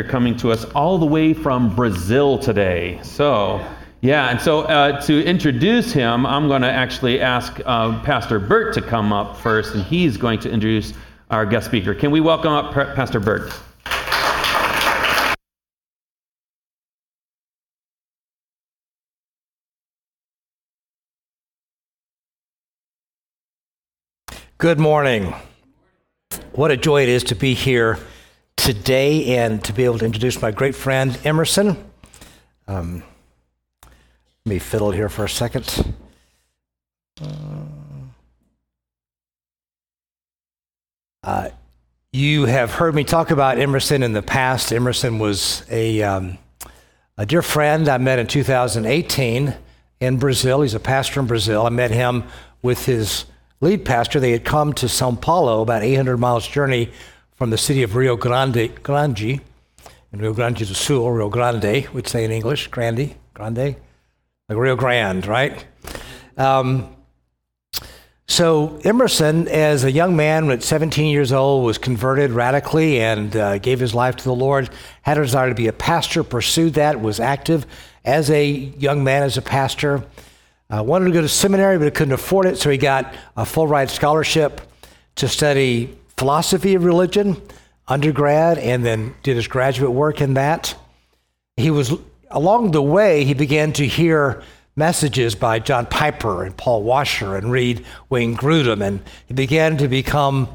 You're coming to us all the way from Brazil today. So, yeah, and so uh, to introduce him, I'm going to actually ask uh, Pastor Bert to come up first, and he's going to introduce our guest speaker. Can we welcome up Pa- Pastor Bert? Good morning. What a joy it is to be here today and to be able to introduce my great friend Emerson. Um, let me fiddle here for a second. Uh, you have heard me talk about Emerson in the past. Emerson was a, um, a dear friend I met in 2018 in Brazil. He's a pastor in Brazil. I met him with his lead pastor. They had come to Sao Paulo, about 800 miles journey from the city of Rio Grande, Grande, in Rio Grande do Sul, Rio Grande, we'd say in English, Grande, Grande, like Rio Grande, right? Um, so Emerson, as a young man at 17 years old, was converted radically and uh, gave his life to the Lord. Had a desire to be a pastor, pursued that, was active as a young man as a pastor. Uh, wanted to go to seminary, but he couldn't afford it, so he got a full ride scholarship to study philosophy of religion, undergrad, and then did his graduate work in that he was along the way he began to hear messages by John Piper and Paul Washer and Reed Wayne Grudem, and he began to become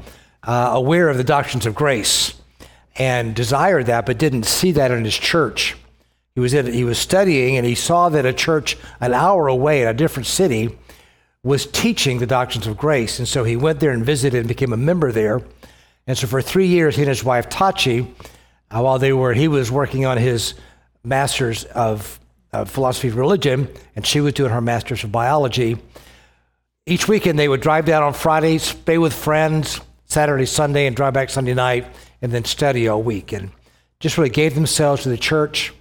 uh, aware of the doctrines of grace and desired that, but didn't see that in his church. He was in, he was studying, and he saw that a church an hour away in a different city was teaching the doctrines of grace, and so he went there and visited and became a member there. And so for three years, he and his wife Tachi, uh, while they were, he was working on his master's of, of philosophy of religion, and she was doing her master's of biology. Each weekend, they would drive down on Friday, stay with friends Saturday, Sunday, and drive back Sunday night, and then study all week. And just really gave themselves to the church.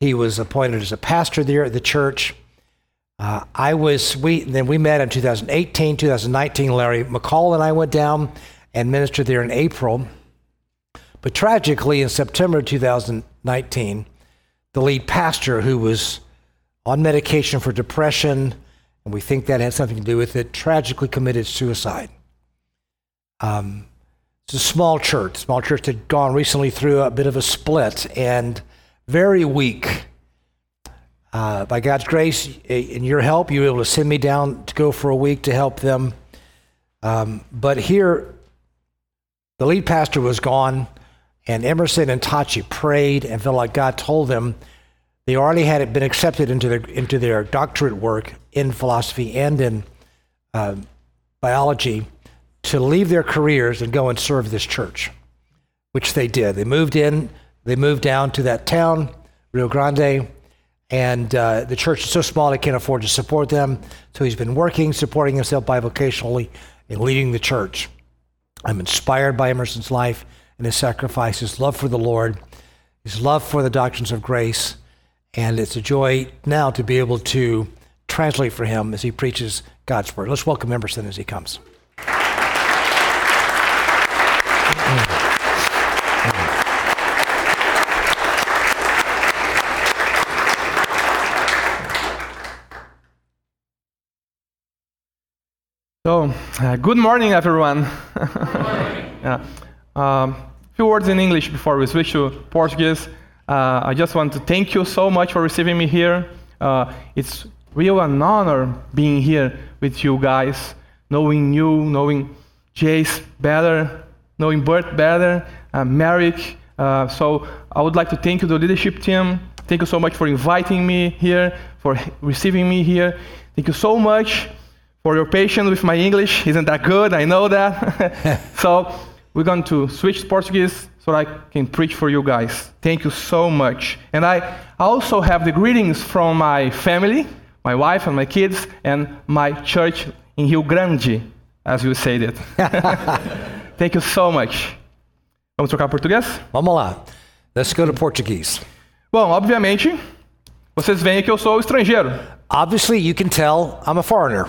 He was appointed as a pastor there at the church. Uh, I was we then we met in 2018, 2019. Larry McCall and I went down and ministered there in April. But tragically, in September 2019, the lead pastor who was on medication for depression, and we think that had something to do with it, tragically committed suicide. Um, it's a small church. Small church had gone recently through a bit of a split and very weak. Uh, by God's grace a- and your help, you were able to send me down to go for a week to help them. Um, but here, the lead pastor was gone, and Emerson and Tachi prayed and felt like God told them they already had been accepted into their into their doctorate work in philosophy and in uh, biology to leave their careers and go and serve this church, which they did. They moved in, they moved down to that town, Rio Grande, and uh, the church is so small they can't afford to support them. So he's been working, supporting himself by vocationally and leading the church. I'm inspired by Emerson's life and his sacrifice, his love for the Lord, his love for the doctrines of grace, and it's a joy now to be able to translate for him as he preaches God's word. Let's welcome Emerson as he comes. So, uh, good morning, everyone. yeah. um, few words in English before we switch to Portuguese. Uh, I just want to thank you so much for receiving me here. Uh, it's real an honor being here with you guys, knowing you, knowing Jace better, knowing Bert better, uh, Merrick. Uh, so I would like to thank you, the leadership team. Thank you so much for inviting me here, for receiving me here. Thank you so much for your patience with my English. Isn't that good? I know that. so we're going to switch to Portuguese so I can preach for you guys. Thank you so much. And I also have the greetings from my family, my wife and my kids, and my church in Rio Grande, as you said it. Thank you so much. Vamos trocar português? Vamos lá. Let's go to Portuguese. Bom, obviamente, vocês veem que eu sou estrangeiro, Obviously, you can tell I'm a foreigner.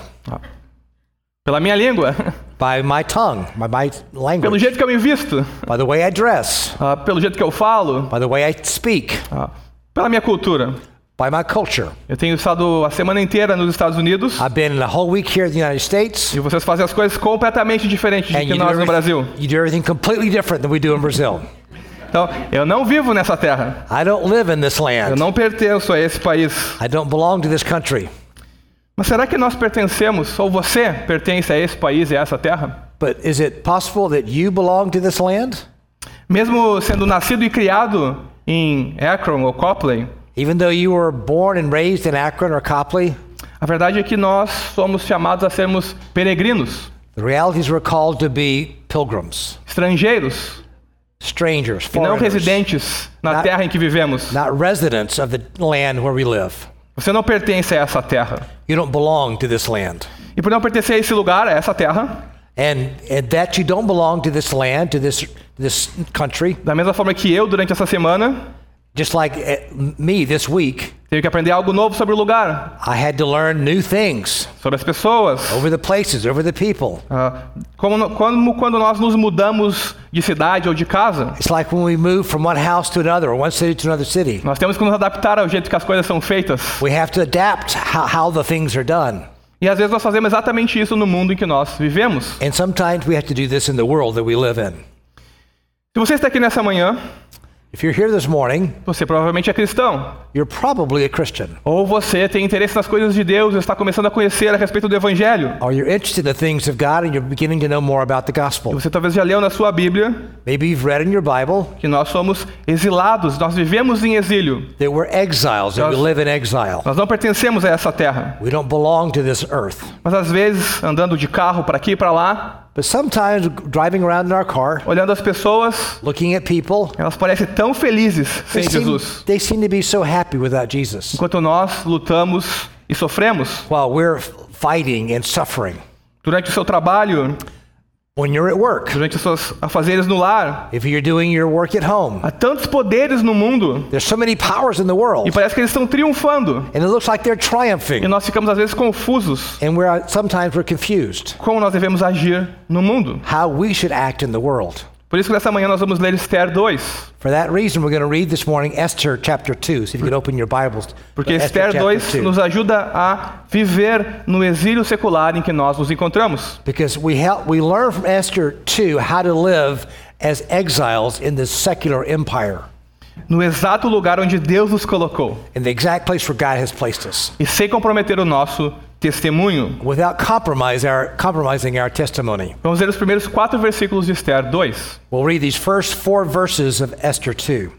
pela minha língua. by my tongue, by my pelo language, jeito que eu me visto, by the way I dress, ah, pelo jeito que eu falo, by the way I speak, ah, pela minha cultura. by my culture. Eu tenho estado a semana inteira nos Estados Unidos I've been a whole week here in the United States, e vocês fazem as coisas completamente diferentes do and que you do, nós no Brasil. everything, you do everything completely different than we do in Brazil. Então, eu não vivo nessa terra. I don't live in this Eu land. não pertenço a esse país. I don't belong to this country. Mas será que nós pertencemos, ou você pertence a esse país e a essa terra? But is it possible that you belong to this land? Mesmo sendo nascido e criado em Akron ou Copley, Even though you were born and raised in Akron or Copley, a verdade é que nós somos chamados a sermos peregrinos, the realities we're called to be pilgrims, estrangeiros, strangers, e não foreigners, residentes na Na- terra em que vivemos. not residents of the land where we live. Você não pertence a essa terra. You don't belong to this land. E por não pertencer a esse lugar, a essa terra, And, and that you don't belong to this land, to this, this country, da mesma forma que eu, durante essa semana, just like eh, me this week, tive que aprender algo novo sobre o lugar, I had to learn new things sobre as pessoas. over the places, over the people. Ah, como, no- como quando nós nos mudamos de cidade ou de casa, It's like when we move from one house to another or one city to another city. Nós temos que nos adaptar ao jeito que as coisas são feitas. We have to adapt how, how the things are done. E às vezes nós fazemos exatamente isso no mundo em que nós vivemos. And sometimes we have to do this in the world that we live in. Se você está aqui nessa manhã, If you're here this morning, você provavelmente é cristão. you're probably a Christian, Ou você tem interesse nas coisas de Deus e está começando a conhecer a respeito do Evangelho. or you're interested in the things of God and you're beginning to know more about the gospel. Você talvez já leu na sua Bíblia Maybe you've read in your Bible que nós somos exilados, nós vivemos em exílio. that we're exiles, that we Yes. live in exile. Nós não pertencemos a essa terra. We don't belong to this earth. Mas às vezes, andando de carro para aqui e para lá, But sometimes driving around in our car, olhando as pessoas, looking at people, elas parecem tão felizes they sem seem, Jesus. they seem to be so happy without Jesus. Enquanto nós lutamos e sofremos, While we're f- fighting and suffering, durante o seu trabalho, when you're at work, durante os seus afazeres no lar. if you're doing your work at home, Há tantos poderes no mundo there's so many powers in the world, e parece que eles estão triunfando. and it looks like they're triumphing. E nós ficamos às vezes confusos and we're sometimes we're confused como nós devemos agir no mundo. how we should act in the world. Por isso que nessa manhã nós vamos ler Esther 2, For that reason, we're going to read this morning Esther chapter two. So if you could open your Bibles, porque to Esther é chapter 2 2, nos ajuda a viver no exílio secular em que nós nos encontramos. because we help we learn from Esther two how to live as exiles in this secular empire No exato lugar onde Deus nos colocou. in the exact place where God has placed us E sem comprometer o nosso testemunho. without compromise our compromising our testimony. Vamos ler os primeiros quatro versículos de Esther 2. We'll read these first four verses of Esther 2.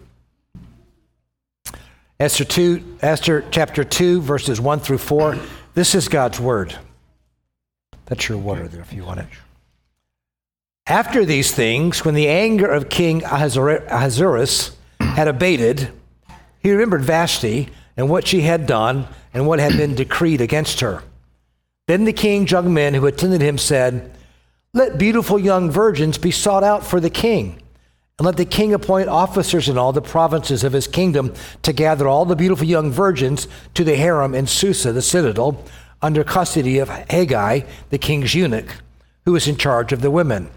Esther 2, Esther chapter 2, verses 1 through 4. This is God's word. That's your water there if you want it. After these things, when the anger of King Ahasuer- Ahasuerus had abated, he remembered Vashti and what she had done and what had been decreed against her. Then the king's young men who attended him said, let beautiful young virgins be sought out for the king, and let the king appoint officers in all the provinces of his kingdom to gather all the beautiful young virgins to the harem in Susa, the citadel, under custody of Haggai, the king's eunuch, who is in charge of the women.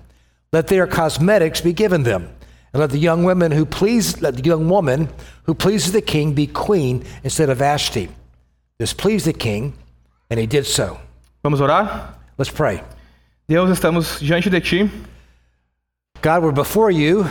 Let their cosmetics be given them, and let the young women who please let the young woman who pleases the king be queen instead of Vashti. This pleased the king, and he did so. Vamos orar? Let's pray. Deus, estamos diante de ti, God, we're before you.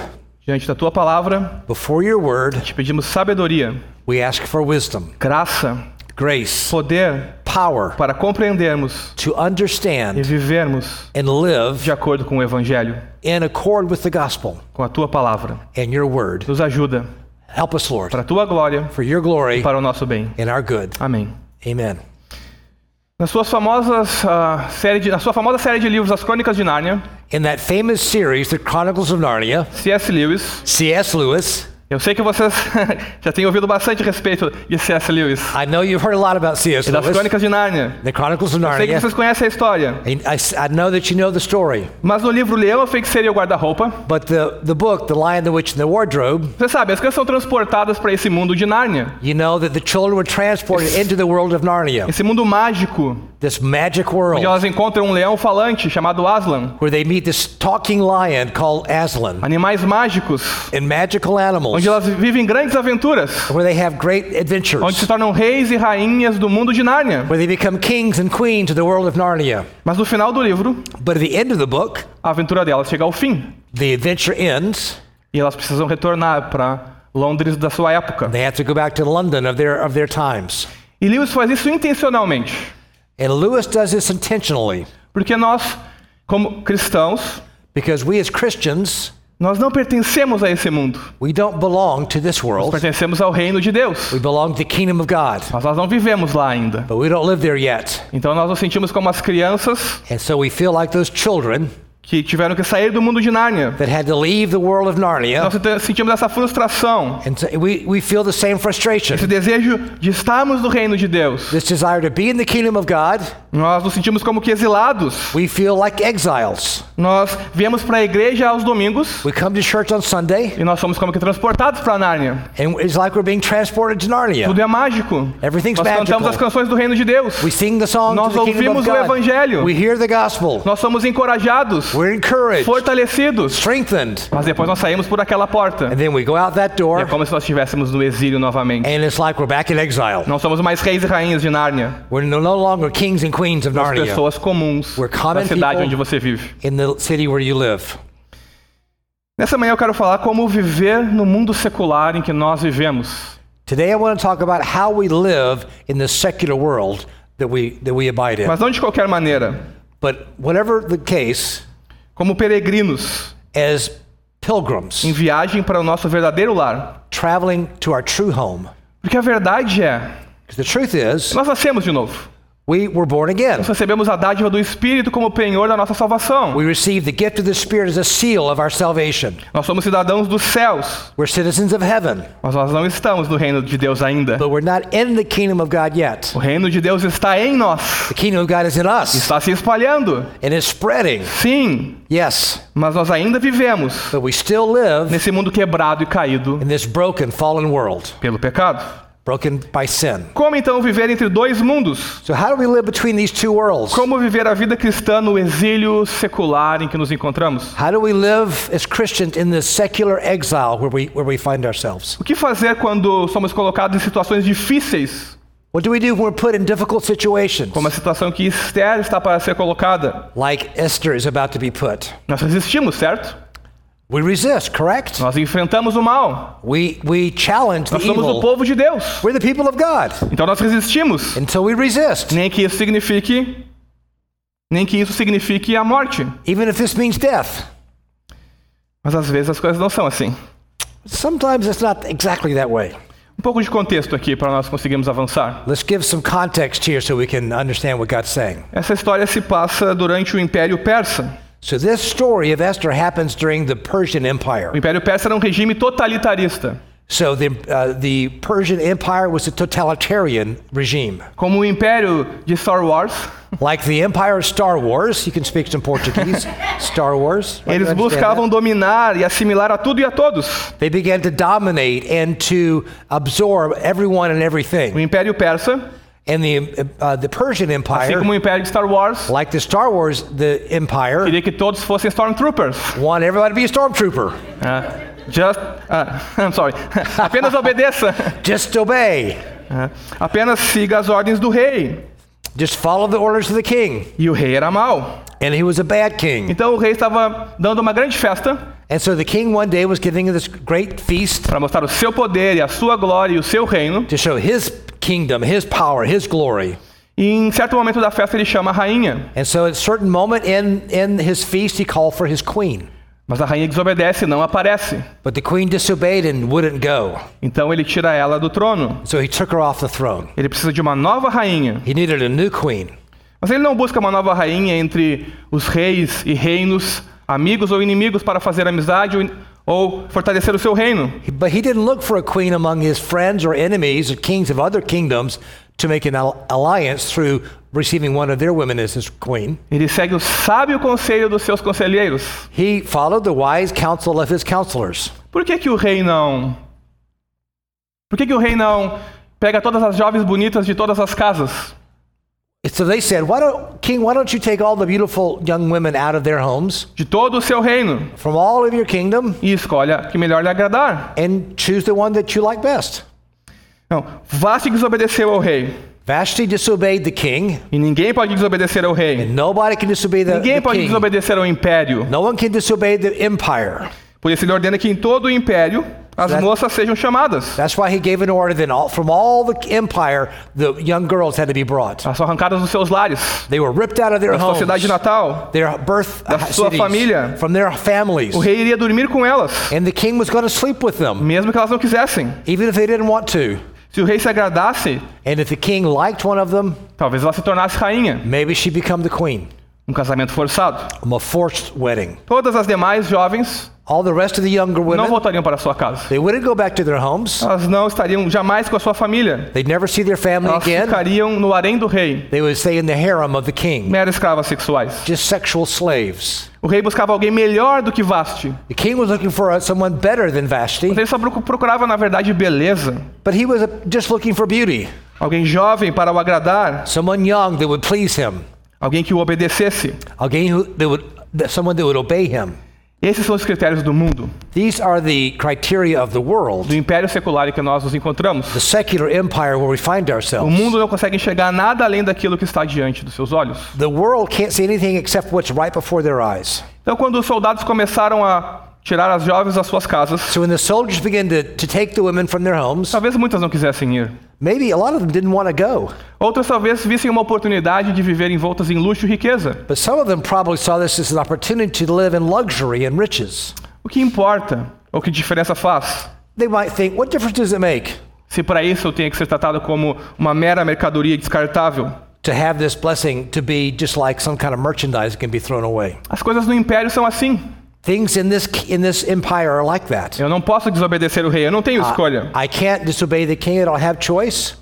diante da tua palavra, Before your word, Te pedimos sabedoria, we ask for wisdom, graça, grace, poder power para compreendermos to e understand vivermos and live de acordo com o Evangelho, in accord with the gospel com a Tua palavra. and your word. Nos ajuda Help us, Lord, para a Tua glória, for your glory para o nosso bem. and our good. Amém. Amen. Nas suas famosas, ah, série de, na sua famosa série de livros As Crônicas de Nárnia, In that famous series, The Chronicles of Narnia, C.S. Lewis C.S. Lewis Eu sei que vocês já têm ouvido bastante a respeito de C.S. Lewis I know you've heard a lot about C.S. e das Lewis, Crônicas de Nárnia. the Chronicles of Sei que Narnia. vocês conhecem a história, And I, s- I know that you know the story, mas no livro Leão, a Feiticeira e o Guarda-Roupa, but the, the book, The Lion, the Witch, and the Wardrobe, você sabe, as coisas são transportadas para esse mundo de Nárnia, you know that the children were transported into the world of Narnia, esse mundo mágico, this magic onde world elas encontram um leão falante chamado Aslan, where they meet this talking lion called Aslan animais mágicos, and magical animals onde elas vivem grandes aventuras, where they have great onde se adventures, tornam reis e rainhas do mundo de Nárnia. where they become kings and queens of the world of Narnia. Mas no final do livro, But at the end of the book, a aventura delas chega ao fim the adventure ends. e elas precisam retornar para Londres da sua época. They have to go back to London of their, of their times. E Lewis faz isso intencionalmente, And Lewis does this intentionally porque nós, como cristãos, because we as Christians, nós não pertencemos a esse mundo. we don't belong to this world. Pertencemos ao reino de Deus. We belong to the kingdom of God, Mas nós não vivemos lá ainda. but we don't live there yet. Então nós nos sentimos como as crianças And so we feel like those children que tiveram que sair do mundo de Nárnia. that had to leave the world of Nós Narnia. sente- sentimos essa frustração, And so we, we feel the same esse frustration desejo de estarmos no reino de Deus. this desire to be in the kingdom of God. Nós nos sentimos como que exilados. We feel like exiles. Nós viemos para a igreja aos domingos We come to church on Sunday, e nós somos como que transportados para Nárnia. and it's like we're being transported to Narnia. Tudo é mágico. Everything's Nós cantamos magical. as canções do reino de Deus. We sing the songs Nós of the kingdom of ouvimos o God. evangelho. We hear the gospel. Nós somos encorajados, We're encouraged, fortalecidos. strengthened, Mas depois nós saímos por aquela porta. and then we go out that É door, como se nós estivéssemos no exílio novamente. and it's like we're back in exile. Não somos mais reis e rainhas de Nárnia. We're no no longer kings and queens of Narnia Pessoas comuns We're common na cidade people. onde você vive. in the city where you live. Nessa manhã eu quero falar como viver no mundo secular em que nós vivemos. Today, I want to talk about how we live in the secular world that we that we abide in. Mas não de qualquer maneira. But whatever the case, Como peregrinos as pilgrims em viagem para o nosso verdadeiro lar. traveling to our true home, Porque a verdade é, because the truth is, nós nascemos de novo. we were born again. Nós recebemos a dádiva do Espírito como penhor da nossa salvação. We received the gift of the Spirit as a seal of our salvation. Nós somos cidadãos dos céus, We're citizens of heaven, mas nós não estamos no reino de Deus ainda. but we're not in the kingdom of God yet. O reino de Deus está em nós, The kingdom of God is in us está se espalhando. and is spreading. Sim, Yes, mas nós ainda vivemos but we still live nesse mundo quebrado e caído in this broken, fallen world, pelo pecado. broken by sin. Como então viver entre dois mundos? So, how do we live between these two worlds? Como viver a vida cristã no exílio secular em que nos encontramos? How do we live as Christians in this secular exile where we, where we find ourselves? O que fazer quando somos colocados em situações difíceis, What do we do when we're put in difficult situations, como a situação que Esther está para ser colocada? like Esther is about to be put? Nós resistimos, certo? We resist, correct? Nós enfrentamos o mal. We, we challenge the Nós somos o evil. povo de Deus. We're the people of God. Então nós resistimos. And so we resist, Nem que isso signifique nem que isso signifique a morte. even if this means death. Mas às vezes as coisas não são assim. Sometimes it's not exactly that way. Um pouco de contexto aqui para nós conseguirmos avançar. Let's give some context here so we can understand what God's saying. Essa história se passa durante o Império Persa. So, this story of Esther happens during the Persian Empire. O Império Persa era um regime totalitarista. So, the, uh, the Persian Empire was a totalitarian regime. Como o Império de Star Wars, Like the Empire of Star Wars, you can speak some Portuguese. Star Wars. I eles understand buscavam that. dominar e assimilar a tudo e a todos. They began to dominate and to absorb everyone and O everything. Império Persa, And the, uh, the Persian assim Empire, como o Império de Star Wars, like the Star Wars, the Empire, queria que todos fossem Stormtroopers. wanted everybody to be a stormtrooper. Ah, just, ah, I'm sorry. Apenas obedeça. Just obey. Ah, Apenas siga as ordens do rei. Just follow the orders of the king. E o rei era mau. And he was a bad king. Então o rei estava dando uma grande festa And so the king one day was giving this great feast para mostrar o seu poder e a sua glória e o seu reino. to show his kingdom, his power, his glory. E em certo momento da festa ele chama a rainha. And so at a certain moment in, in his feast, he called for his queen. Mas a rainha desobedece e não aparece. But the queen disobeyed and wouldn't go. Então ele tira ela do trono. So he took her off the throne. Ele precisa de uma nova rainha. He needed a new queen. Mas ele não busca uma nova rainha entre os reis e reinos, amigos ou inimigos para fazer amizade ou in- ou fortalecer o seu reino. But he didn't look for a queen among his friends or enemies or kings of other kingdoms to make an al- alliance through receiving one of their women as his queen. Ele segue o sábio conselho dos seus conselheiros. He followed the wise counsel of his counselors. Por que, que o rei não. Por que, que o rei não pega todas as jovens bonitas de todas as casas? So they said, why don't, King, why don't you take all the beautiful young women out of their homes De todo o seu reino. from all of your kingdom E escolha a que melhor lhe agradar. Então, and choose the one that you like best? Não, Vasti desobedeceu ao rei. Vashti disobeyed the king, E ninguém pode desobedecer ao rei. and nobody can disobey the, Ninguém the pode king. desobedecer ao império. No one can disobey the empire. Por isso ele ordena que em todo o império as Certo. moças sejam chamadas. That's why he gave an order that all, from all the empire, the young girls had to be brought. Elas são arrancadas dos seus lares, They were ripped out of their da sua homes, cidade natal. their birth da uh, sua cities, família. from their families. O rei iria dormir com elas, And the king was going to sleep with them, mesmo que elas não quisessem. even if they didn't want to. Se o rei se agradasse, And if the king liked one of them, talvez ela se tornasse rainha. maybe she'd become the queen. Um casamento forçado. From a forced wedding. Todas as demais jovens All the rest of the younger não women, voltariam para sua casa. they wouldn't go back to their homes. Elas não estariam jamais com a sua família. They'd never see their family Elas again. ficariam no harém do rei, They would stay in the harem of the king, mero escravas sexuais. just sexual slaves. O rei buscava alguém melhor do que Vasti. The king was looking for uh, someone better than Vashti, Mas ele só procu- procurava, na verdade, beleza. but he was uh, just looking for beauty, Alguém jovem para o agradar, someone young that would please him, alguém que o obedecesse. again who, that would that someone that would obey him. Esses são os critérios do mundo, These are the criteria of the do world, império secular em que nós nos encontramos. the secular empire where we find O ourselves. mundo não consegue enxergar nada além daquilo que está diante dos seus olhos. The world can't see anything except what's right before their eyes. Então, quando os soldados começaram a tirar as jovens das suas casas, So when the soldiers begin to, to take the women from their homes, talvez muitas não quisessem ir. maybe a lot of them didn't want to go. Outras talvez vissem uma oportunidade de viver envoltas em luxo e riqueza. But some of them probably saw this as an opportunity to live in luxury and riches. O que importa? Ou que diferença faz? They might think, what difference does it make Se para isso eu tenho que ser tratado como uma mera mercadoria descartável? to have this blessing to be just like some kind of merchandise that can be thrown away? As coisas no império são assim. Things in this, in this empire are like that. Uh, Eu não posso desobedecer o rei, eu não Ah. tenho escolha. I can't disobey the king, I don't have choice.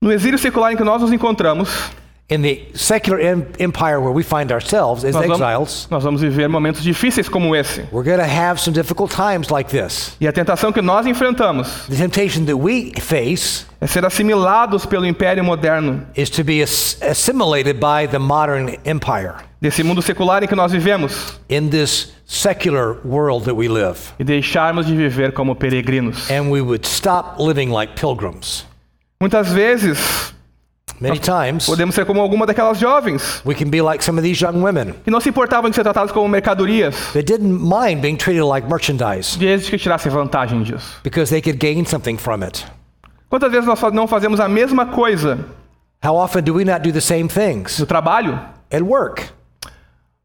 No exílio secular em que nós nos encontramos, In the secular em- empire where we find ourselves as nós exiles, vamos, nós vamos viver momentos difíceis como esse. we're going to have some difficult times like this. E a tentação que nós enfrentamos The temptation that we face é ser assimilados pelo império moderno, is to be ass- assimilated by the modern empire desse mundo secular em que nós vivemos, in this secular world that we live. e deixarmos de viver como peregrinos. And we would stop living like pilgrims. Muitas vezes, Many times, podemos ser como alguma daquelas jovens we can be like some of these young women que não se importavam de ser tratadas como mercadorias, that didn't mind being treated like merchandise desde que tirassem vantagem disso. because they could gain something from it. Quantas vezes nós fa- não fazemos a mesma coisa How often do we not do the same things no trabalho? at work?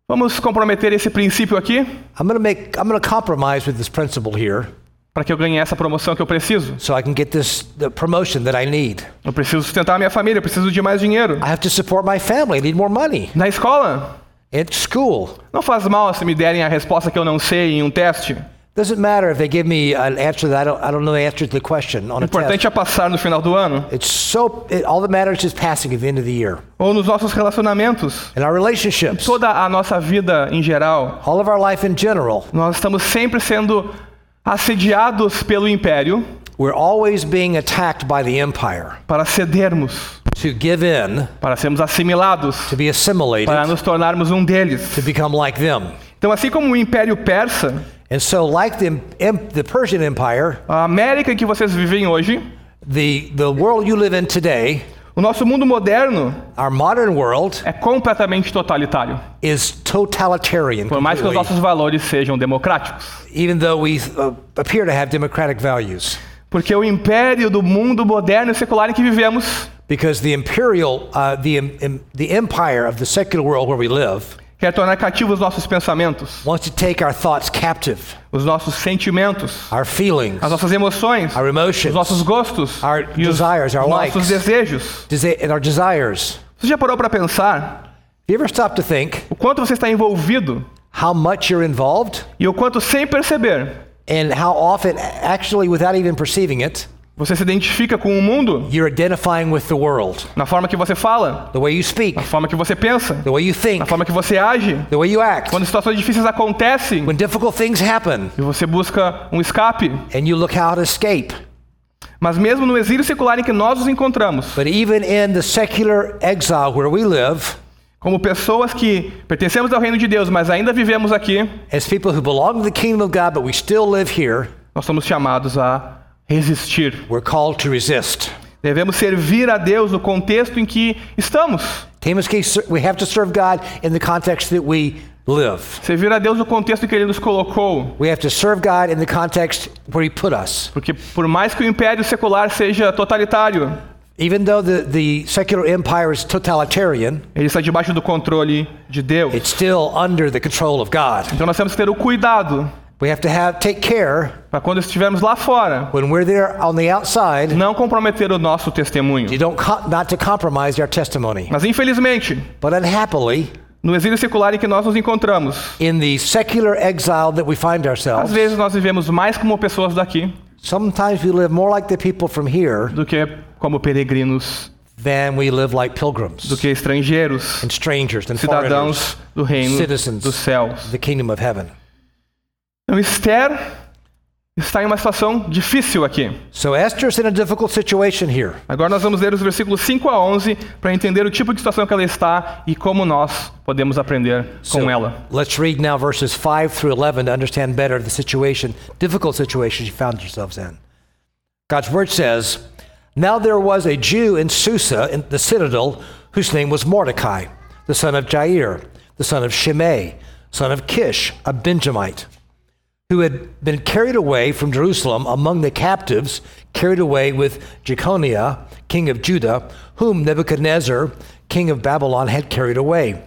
Vamos comprometer esse princípio aqui I'm going to make I'm going to compromise with this principle here para que eu ganhe essa promoção que eu preciso. so I can get this the promotion that I need. Eu preciso sustentar a minha família, eu preciso de mais dinheiro. I have to support my family, I need more money. Na escola, At school, não faz mal se me derem a resposta que eu não sei em um teste. O doesn't matter if they give me an answer that I don't, I don't know the answer to the question on a importante test. é passar no final do ano. It's so it, all that matters is passing at the end of the year. Ou nos nossos relacionamentos. In our relationships, Toda a nossa vida em geral, all of our life in general, nós estamos sempre sendo assediados pelo império we're always being attacked by the empire para cedermos, to give in, para sermos assimilados, to be assimilated, para nos tornarmos um to deles. become like them. Então, assim como o império persa, And so, like the, em- the Persian Empire, a América em que vocês vivem hoje, the, the world you live in today, o nosso mundo moderno our modern world, é completamente totalitário. is totalitarian. Por mais que completely, os nossos valores sejam democráticos. even though we uh, appear to have democratic values. Porque o império do mundo moderno e secular em que vivemos Because the imperial, uh, the, em- em- the empire of the secular world where we live quer tornar cativos os nossos pensamentos, wants to take our thoughts captive, os nossos sentimentos, our feelings, as nossas emoções, our os emotions, nossos gostos Our e os desires, our likes. nossos desejos. dese- and our desires. Você já parou para pensar Have you ever stopped to think o quanto você está envolvido how much you're involved E o quanto, sem perceber, and how often, actually, without even perceiving it, você se identifica com o mundo you're identifying with the world. na forma que você fala, The way you speak, na forma que você pensa, the way you think, na forma que você age. the way you act. Quando situações difíceis acontecem When difficult things happen e você busca um escape, and you look how to escape. mas mesmo no exílio secular em que nós nos encontramos, But even in the secular exile where we live, como pessoas que pertencemos ao reino de Deus, mas ainda vivemos aqui, as people who belong to the kingdom of God, but we still live here, nós somos chamados a resistir. we're called to resist. Devemos servir a Deus no contexto em que estamos. Tamus case, we have to serve God in the context that we live. Servir a Deus no contexto em que Ele nos colocou. We have to serve God in the context where He put us. Porque por mais que o império secular seja totalitário, Even though the, the secular empire is totalitarian, ele está debaixo do controle de Deus. it's still under the control of God. Então nós temos que ter o cuidado We have to have take care para quando estivermos lá fora, when we're there on the outside, não comprometer o nosso testemunho. you don't co- not to compromise our testimony. Mas infelizmente, But unhappily, no exílio secular em que nós nos encontramos, in the secular exile that we find às ourselves, vezes nós vivemos mais como pessoas daqui sometimes we live more like the people from here do que como peregrinos, than we live like do pilgrims que estrangeiros, and strangers and foreigners, cidadãos do reino Citizens. dos céus. the kingdom of heaven. Então Esther está em uma situação difícil aqui. So Esther's in a difficult situation here. Agora nós vamos ler os versículos 5 a 11 para entender o tipo de situação que ela está e como nós podemos aprender com So ela. Let's read now verses 5 through 11 to understand better the situation, difficult situation she found herself in. God's word says, Now there was a Jew in Susa, in the citadel, whose name was Mordecai, the son of Jair, the son of Shimei, son of Kish, a Benjamite, who had been carried away from Jerusalem among the captives, carried away with Jeconiah, king of Judah, whom Nebuchadnezzar, king of Babylon, had carried away.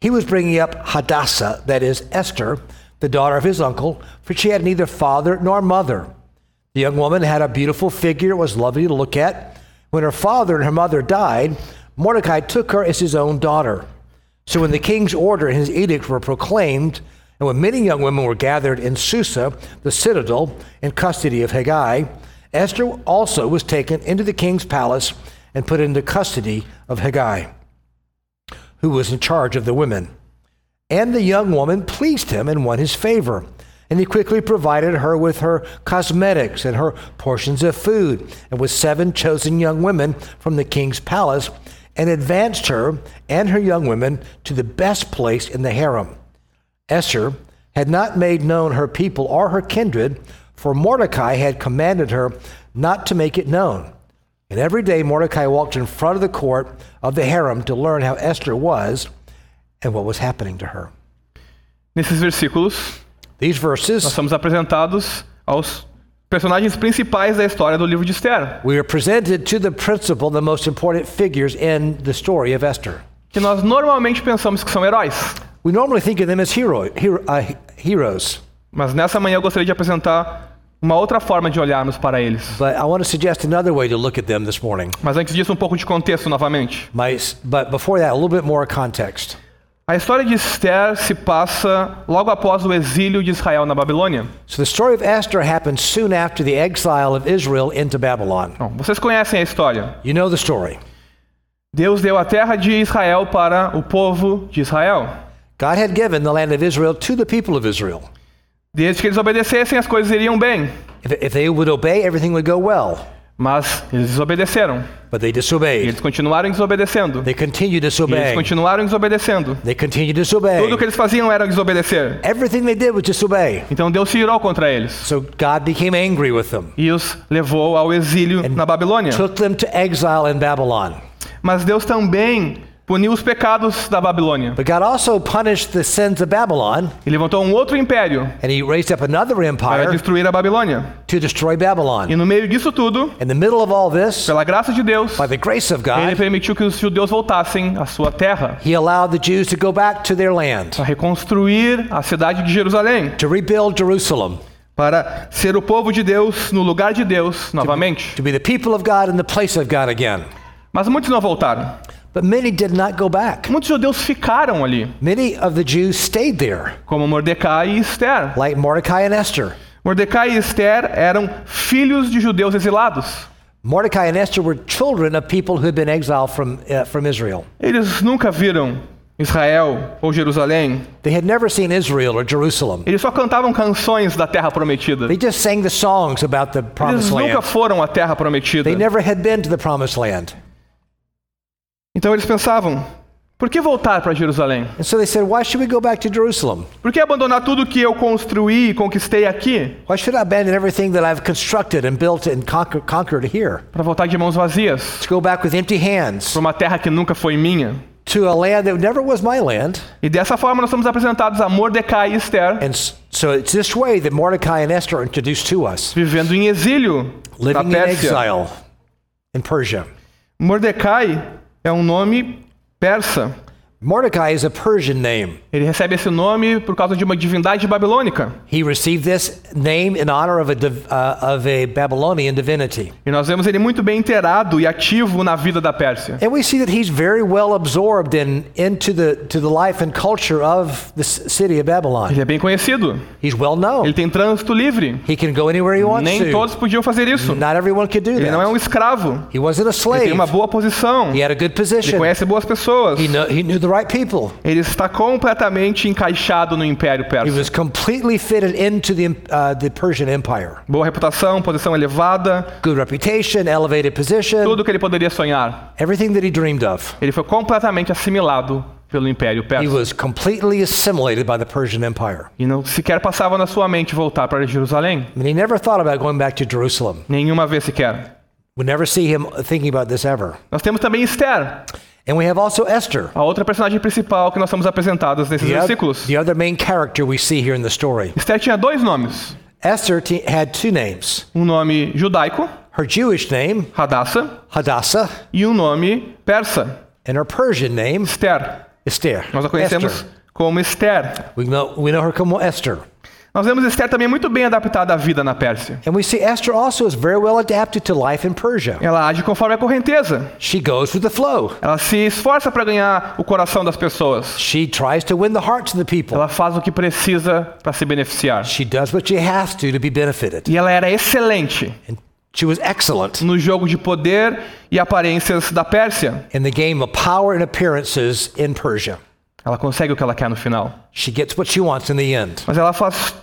He was bringing up Hadassah, that is, Esther, the daughter of his uncle, for she had neither father nor mother. The young woman had a beautiful figure, was lovely to look at. When her father and her mother died, Mordecai took her as his own daughter. So when the king's order and his edict were proclaimed, and when many young women were gathered in Susa, the citadel, in custody of Haggai, Esther also was taken into the king's palace and put into custody of Haggai who was in charge of the women. And the young woman pleased him and won his favor. And he quickly provided her with her cosmetics and her portions of food, and with seven chosen young women from the king's palace, and advanced her and her young women to the best place in the harem. Esther had not made known her people or her kindred, for Mordecai had commanded her not to make it known. And every day Mordecai walked in front of the court of the harem to learn how Esther was and what was happening to her. Nesses versículos, These nós verses, somos apresentados aos personagens principais da história do livro de Esther, we are presented to the principal, the most important figures in the story of Esther. que nós normalmente pensamos que são heróis. We normally think of them as hero, hero, uh, heroes, Mas nessa manhã eu gostaria de apresentar uma outra forma de olharmos para eles. but I want to suggest another way to look at them this morning. Mas antes disso, um pouco de contexto novamente. My, s- but before that, a little bit more context. A história de Esther se passa logo após o exílio de Israel na Babilônia. So the story of Esther happened soon after the exile of Israel into Babylon. Bom, vocês conhecem a história. You know the story. Deus deu a terra de Israel para o povo de Israel, God had given the land of Israel to the people of Israel. desde que eles obedecessem as coisas iriam bem. If, if they would obey, everything would go well. Mas eles desobedeceram. But they E disobeyed. eles continuaram desobedecendo. They continue E eles disobeying. continuaram desobedecendo. They continue Tudo o que disobeying. eles faziam era desobedecer. Everything they did was disobey. Então Deus se irou contra eles So God became angry with them, e os levou ao exílio na Babilônia. took them to exile in Babylon. Mas Deus também puniu os pecados da Babilônia. But God also punished the sins of Babylon, E levantou um outro império and He raised up another para empire destruir a Babilônia. to destroy E Babylon. no meio disso tudo, In the middle of all this, pela graça de Deus, by the grace of ele God, permitiu que os judeus voltassem à sua terra He allowed the Jews to go back to their land, para reconstruir a cidade de Jerusalém, to rebuild Jerusalem, para ser o povo de Deus no lugar de Deus novamente. tipo to be the people of God and the place of God again. Mas muitos não voltaram. But But many did not go back. Muitos judeus ficaram ali, Many of the Jews stayed there, como Mordecai e Esther. like Mordecai and Esther. Mordecai e Esther eram filhos de judeus exilados. Mordecai and Esther were children of people who had been exiled from, uh, from Israel. Eles nunca viram Israel ou Jerusalém. They had never seen Israel or Jerusalem. Eles só cantavam canções da terra prometida. They just sang the songs about the promised Eles nunca land. foram à terra prometida. They never had been to the promised land. Então eles pensavam: por que voltar para Jerusalém? And so they said, Why should we go back to Jerusalem? Por que abandonar tudo que eu construí e conquistei aqui Why should I abandon everything that I've constructed and built and conquer- conquered here? para voltar de mãos vazias To go back with empty hands para uma terra que nunca foi minha? to a land that never was my land. E dessa forma nós somos apresentados a Mordecai e Esther And s- so it's this way that Mordecai and Esther are introduced to us, vivendo em exílio na living in Pérsia. exile in Persia. Mordecai é um nome persa. Mordecai is a Persian name. Ele recebe esse nome por causa de uma divindade babilônica. He received this name in honor of a, div- uh, of a Babylonian divinity. E nós vemos ele muito bem inteirado e ativo na vida da Pérsia. And we see that he's very well absorbed in, into the, to the life and culture of the c- city of Babylon. Ele é bem conhecido. He's well Ele known. tem trânsito livre. He can go anywhere he wants Nem to. todos podiam fazer isso. Not everyone could do Ele não é that. um escravo. He wasn't a Ele tem slave. uma boa posição. He had a good Ele position. conhece boas pessoas. He, kno- he knew the right people. Ele está completamente encaixado no Império He Persa. was completely fitted into the, uh, the Persian Empire. Boa reputação, posição elevada, Good reputation, elevated position, tudo que ele poderia sonhar. everything that he dreamed of. Ele foi completamente assimilado pelo Império He Persa. was completely assimilated by the Persian Empire. E não sequer passava na sua mente voltar para Jerusalém. I mean, he never thought about going back to Jerusalem. Nenhuma vez sequer. We never see him thinking about this ever. Nós temos também Esther, And we have also Esther, a outra personagem principal que nós somos apresentados nesses the, oth- versículos. the other main character we see here in the story. Esther tinha dois nomes. Esther t- had two names Um nome judaico, her Jewish name, Hadassah, Hadassah, e um nome persa, and her Persian name, Esther. Esther. Nós a conhecemos Esther. como Esther. We know, we know her como Esther. Nós vemos Esther também muito bem adaptada à vida na Pérsia. And we see Esther also is very well adapted to life in Persia. Ela age conforme a correnteza. She goes with the flow. Ela se esforça para ganhar o coração das pessoas. She tries to win the hearts of the people. Ela faz o que precisa para se beneficiar. She does what she has to to be benefited. E ela era excelente And she was excellent no jogo de poder e aparências da Pérsia. in the game of power and appearances in Persia. Ela consegue o que ela quer no final. She gets what she wants in the end. Mas ela faz,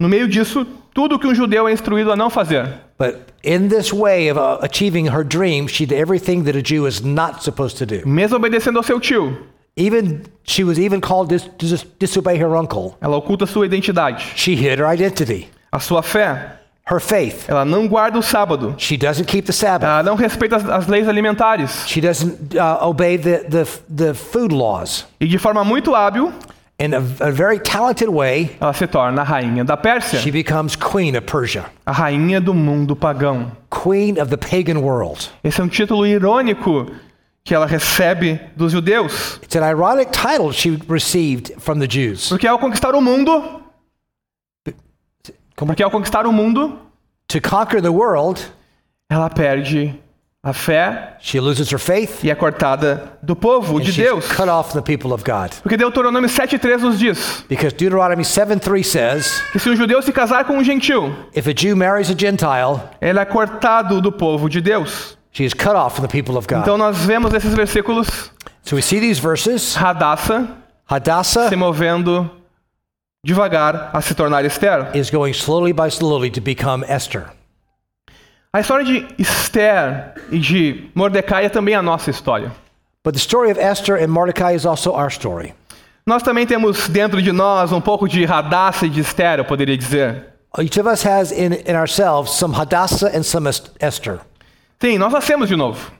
no meio disso, tudo o que um judeu é instruído a não fazer. But in this way of uh, achieving her dream, she did everything that a Jew is not supposed to do. Mesmo obedecendo ao seu tio, Even she was even called dis- to dis- disobey her uncle. ela oculta sua identidade, She hid her identity, a sua fé. her faith. Ela não guarda o sábado. She doesn't keep the Sabbath. Ela não respeita as, as leis alimentares. She doesn't uh, obey the, the, the food laws. E de forma muito hábil, In a, a very talented way, ela se torna a rainha da she Pérsia, becomes queen of Persia, a rainha do mundo pagão. queen of the pagan world. Esse é um título irônico que ela recebe dos judeus. It's an ironic title she received from the Jews. Porque ao conquistar o mundo, Como- porque ao conquistar o mundo, To conquer the world, ela perde a fé she loses her faith. e é cortada do povo and de she's Deus. cut off from the people of God. Porque Deuteronômio 7:3 nos diz Because Deuteronomy 7:3 says, que se um judeu se casar com um gentil, if a Jew marries a Gentile, ele é cortado do povo de Deus. she is cut off from the people of God. Então nós vemos nesses versículos So we see these verses, Radassa se Hadassah movendo devagar a se tornar Esther. is going slowly by slowly to become Esther. A história de Esther e de Mordecai é também a nossa história. But the story of Esther and Mordecai is also our story. Nós também temos dentro de nós um pouco de Radassa e de Esther, eu poderia dizer. Each of us has in, in ourselves some Hadassah and some Es- Esther. Sim, nós nascemos de novo.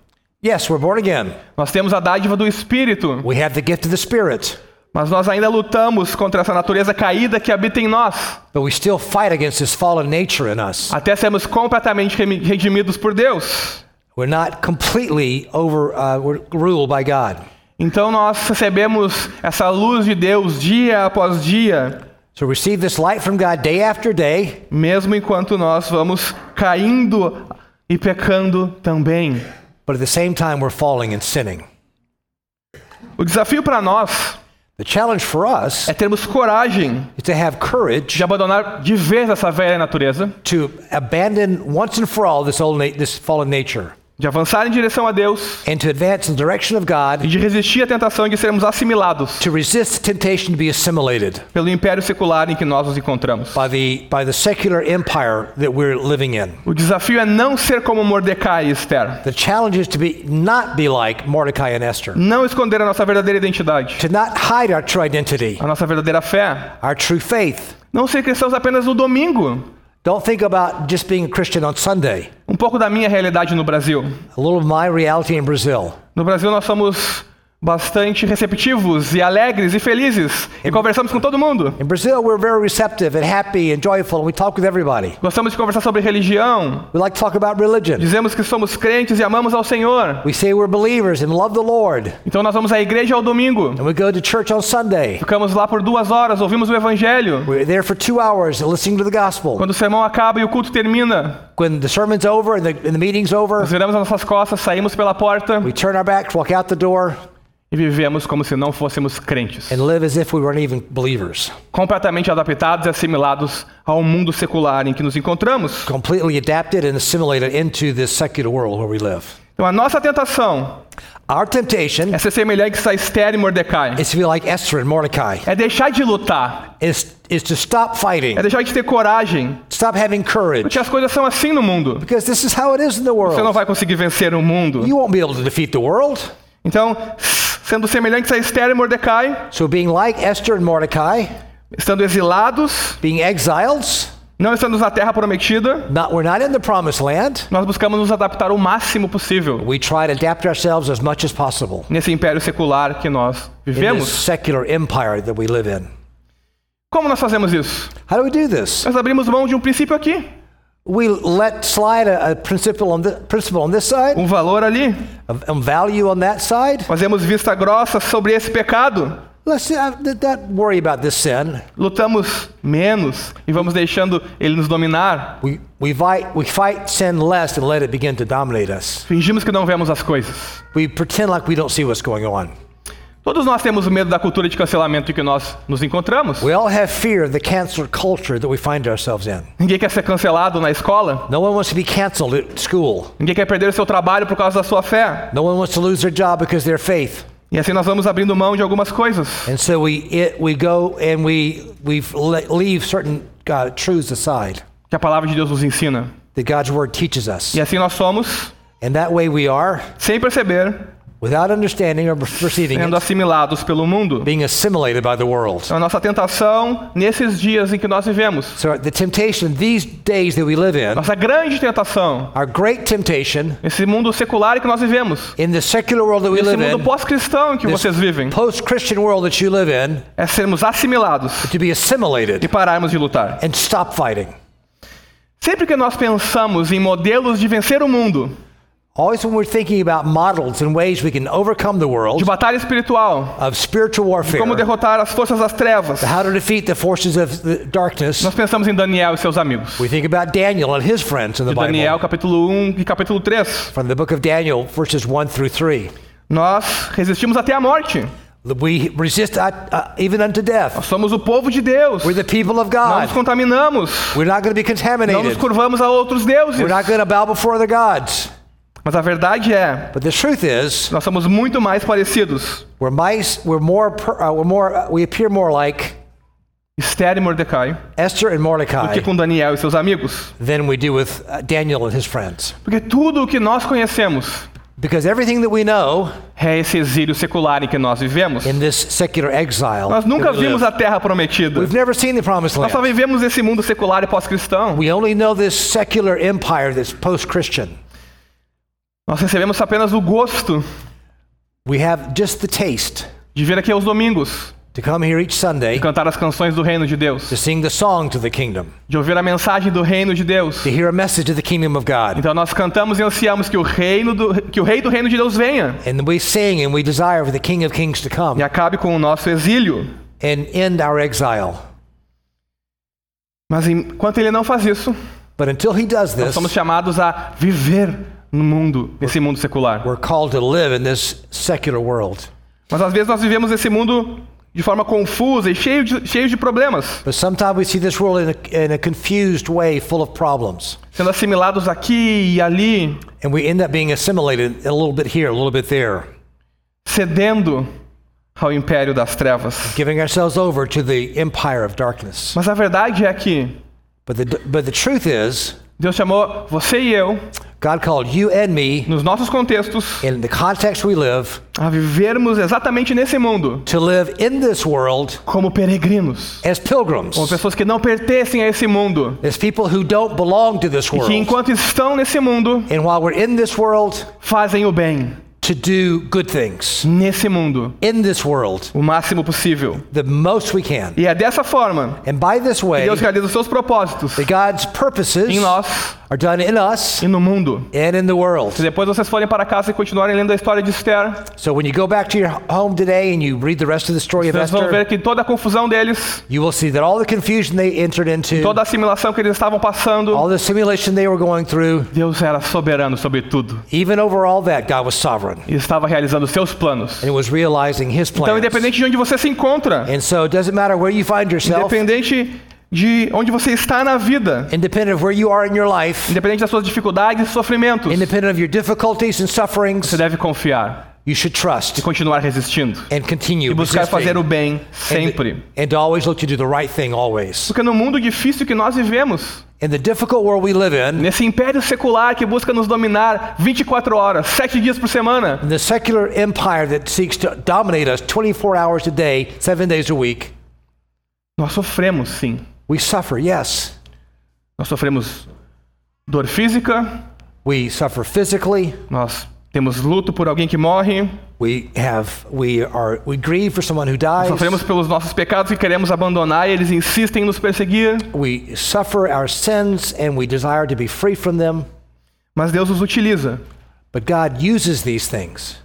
Yes, we're born again. Nós temos a dádiva do Espírito, We have the gift of the Spirit, mas nós ainda lutamos contra essa natureza caída que habita em nós, but we still fight against this fallen nature in us. até sermos completamente remi- redimidos por Deus. We're not completely over uh, we're ruled by God. Então nós recebemos essa luz de Deus dia após dia, So we receive this light from God day after day, mesmo enquanto nós vamos caindo e pecando também. but at the same time we're falling and sinning. O desafio para nós The challenge for us é termos coragem is to have courage de abandonar de vez essa velha natureza, to abandon once and for all this old na- this fallen nature de avançar em direção a Deus and to advance in the direction of e God, de resistir à tentação de sermos assimilados to resist temptation to be assimilated pelo império secular em que nós nos encontramos. by the by the secular empire that we're living in. O desafio é não ser como Mordecai e Esther, The challenge is to be not be like Mordecai and Esther, não esconder a nossa verdadeira identidade, to not hide our true identity, a nossa verdadeira fé, our true faith. não ser cristãos apenas no domingo. Don't think about just being a Christian on Sunday. Um pouco da minha realidade no Brasil. A little of my reality in Brazil. No Brasil nós somos bastante receptivos e alegres e felizes e conversamos com todo mundo. In Brazil, we're very receptive and happy and joyful, and we talk with everybody. Gostamos de conversar sobre religião, We like to talk about religion. dizemos que somos crentes e amamos ao Senhor. We say we're believers and love the Lord, Então nós vamos à igreja ao domingo. and we go to church on Sunday. Ficamos lá por duas horas, ouvimos o evangelho. We're there for two hours listening to the gospel. Quando o sermão acaba e o culto termina, When the sermon's over and the, and the meeting's over, nós viramos as nossas costas, saímos pela porta we turn our backs, walk out the door, e vivemos como se não fôssemos crentes. and live as if we weren't even believers. Completamente adaptados e assimilados ao mundo secular em que nos encontramos. Completely adapted and assimilated into this secular world where we live. Então a nossa tentação Our temptation é ser semelhante a Esther e Mordecai. is to be like Esther and Mordecai, É deixar de lutar. is, is to stop fighting, É deixar de ter coragem. stop having courage, Porque as coisas são assim no mundo. because this is how it is in the Você não world. vai conseguir vencer o mundo. You won't be able to defeat the world. Então, sendo semelhantes a Esther e Mordecai, So being like Esther and Mordecai, estando exilados, being exiles, não estando na terra prometida, not, we're not in the promised land. nós buscamos nos adaptar o máximo possível We try to adapt ourselves as much as possible nesse império secular que nós in this vivemos. secular empire that we live in. Como nós fazemos isso? How do we do this? Nós abrimos mão de um princípio aqui, We let slide a, a principle, on the, principle on this side, um valor ali. a, a value on that side. Fazemos vista grossa sobre esse pecado. Let's uh, th- not worry about this sin. Lutamos menos e vamos deixando ele nos dominar. We, we, fight, we fight sin less and let it begin to dominate us. Fingimos que não vemos as coisas. We pretend like we don't see what's going on. Todos nós temos medo da cultura de cancelamento em que nós nos encontramos. We all have fear of the cancer culture that we find ourselves in. Ninguém quer ser cancelado na escola. No one wants to be canceled at school. Ninguém quer perder o seu trabalho por causa da sua fé. No one wants to lose their job because of their faith. E assim nós vamos abrindo mão de algumas coisas. And so we it, we go and we we leave certain uh, truths aside Que a palavra de Deus nos ensina. that God's word teaches us, E assim nós somos, and that way we are, sem perceber, without understanding or perceiving sendo it, assimilados pelo mundo. being assimilated by the world. Então a nossa tentação nesses dias em que nós vivemos, So the temptation these days that we live in, nossa grande tentação, our great temptation esse mundo secular em que nós vivemos, in the secular world that we esse live mundo in, pós-cristão em que vocês vivem, post-Christian world that you live in, é sermos assimilados to be e assimilated pararmos de lutar. and stop fighting. Sempre que nós pensamos em modelos de vencer o mundo, Always when we're thinking about models and ways we can overcome the de world batalha espiritual, of spiritual como warfare, derrotar as forças das trevas, how to defeat the forces of the darkness. nós pensamos em Daniel e seus amigos. We think about Daniel and his friends in the Daniel Bible. capítulo 1 e capítulo 3. From the book of Daniel, verses 1 through 3. Nós resistimos até a morte. We resist uh, uh, even unto death. Somos o povo de Deus. We're the people of Não nos God. contaminamos. We're not going to be Não nos contaminated. curvamos a outros deuses. We're not going to bow before other gods. Mas a verdade é, But the truth is, nós somos muito mais parecidos. we're mice. We're more. per- Uh, we're more. Uh, we appear more like Esther e Mordecai, Esther and que Mordecai com Daniel e seus amigos. than we do with uh, Daniel and his friends, Porque tudo o que nós conhecemos because everything that we know é esse exílio secular em que nós vivemos. in this secular exile, Nós nunca that we vimos live, a terra prometida. we've never seen the promised Nós só land. vivemos esse mundo secular e pós-cristão. We only know this secular empire that's post-Christian. Nós recebemos apenas o gosto We have just the taste de vir aqui aos domingos, to come here each Sunday cantar as canções do reino de to Deus, sing the song to the kingdom, de ouvir a mensagem do reino de Deus. to hear a message of the kingdom of God. Então nós cantamos e ansiamos que o reino do, que o rei do reino de Deus venha And we sing and we desire for the King of Kings to e come acabe com o nosso exílio. and end our exile. Mas enquanto ele não faz isso, But until he does this, somos chamados a viver no mundo, nesse mundo secular. we're called to live in this secular world. Mas às vezes nós vivemos esse mundo de forma confusa e cheio de, cheio de problemas, But sometimes we see this world in a, in a confused way, full of problems. sendo assimilados aqui e ali, And we end up being assimilated a little bit here, a little bit there, cedendo ao império das trevas. giving ourselves over to the empire of darkness. Mas a verdade é que But the, but the truth is, Deus chamou você e eu, God called you and me, nos nossos contextos, in the context we live, a vivermos exatamente nesse mundo, to live in this world como peregrinos, as pilgrims, como pessoas que não pertencem a esse mundo, as people who don't belong to this que world. enquanto estão nesse mundo, And while we're in this world, fazem o bem, to do good things nesse mundo, in this world o máximo possível. the most we can. E é dessa forma And by this way, que Deus realiza os seus propósitos that God's purposes em nós are done in us e no mundo. and in the Se world. depois vocês forem para casa e continuarem lendo a história de Esther, So when you go back to your home today and you read the rest of the story of vocês vão ver Esther, que toda a confusão deles, you will see that all the confusion they entered into, toda a assimilação que eles estavam passando, all the simulation they were going through, Deus era soberano sobre tudo even over all that, God was sovereign e estava realizando os seus planos. and was realizing His Então, plans. independente de onde você se encontra, And so it doesn't matter where you find yourself, independente de onde você está na vida, independent of where you are in your life, independente das suas dificuldades e sofrimentos, você independent of your difficulties and sufferings, deve confiar you should trust e continuar resistindo. and continue E buscar fazer o resisting bem sempre. and to always look to do the right thing always. Porque no mundo difícil que nós vivemos, In the difficult world we live in, nesse império secular que busca nos dominar 24 horas, 7 dias por semana, The secular empire that seeks to dominate us 24 hours a day, seven days a week, nós sofremos sim. we suffer, yes. Nós sofremos dor física, We suffer physically. nós temos luto por alguém que morre, We have, we are, we grieve for someone who dies. sofremos pelos nossos pecados que queremos abandonar e eles insistem em nos perseguir. We suffer our sins and we desire to be free from them. Mas Deus os utiliza. But God uses these things,